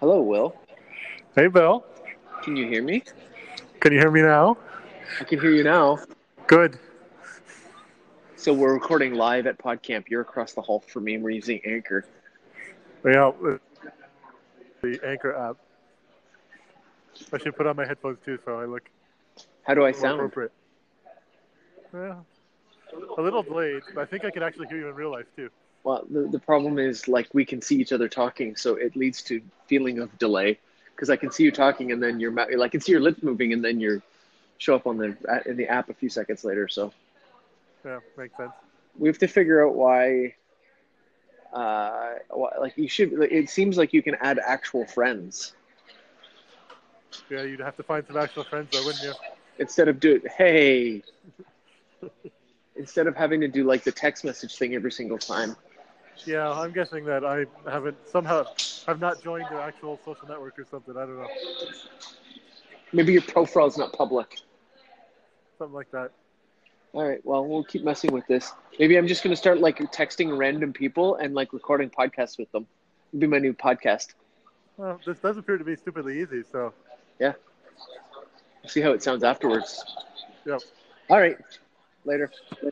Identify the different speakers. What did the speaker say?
Speaker 1: Hello, Will.
Speaker 2: Hey, Bill.
Speaker 1: Can you hear me?
Speaker 2: Can you hear me now?
Speaker 1: I can hear you now.
Speaker 2: Good.
Speaker 1: So we're recording live at PodCamp. You're across the hall from me, and we're using Anchor.
Speaker 2: Yeah. The Anchor app. I should put on my headphones too, so I look
Speaker 1: How do I
Speaker 2: more
Speaker 1: sound?
Speaker 2: appropriate. Yeah. A little delayed, but I think I can actually hear you in real life too.
Speaker 1: Well, the, the problem is like we can see each other talking, so it leads to feeling of delay because I can see you talking, and then your mouth, like I can see your lips moving, and then you show up on the in the app a few seconds later. So
Speaker 2: Yeah, makes sense.
Speaker 1: we have to figure out why. Uh, why, like you should. It seems like you can add actual friends
Speaker 2: Yeah, you'd have to find some actual friends though, wouldn't you?
Speaker 1: instead of do hey instead of having to do like the text message thing every single time
Speaker 2: Yeah, I'm guessing that I haven't somehow have not joined their actual social network or something. I don't know,
Speaker 1: maybe your profile's not public
Speaker 2: something like that.
Speaker 1: all right well we'll keep messing with this maybe i'm just going to start like texting random people and like recording podcasts with them It'll be my new podcast
Speaker 2: Well, this does appear to be stupidly easy. So
Speaker 1: see how it sounds afterwards
Speaker 2: Yep.
Speaker 1: all right later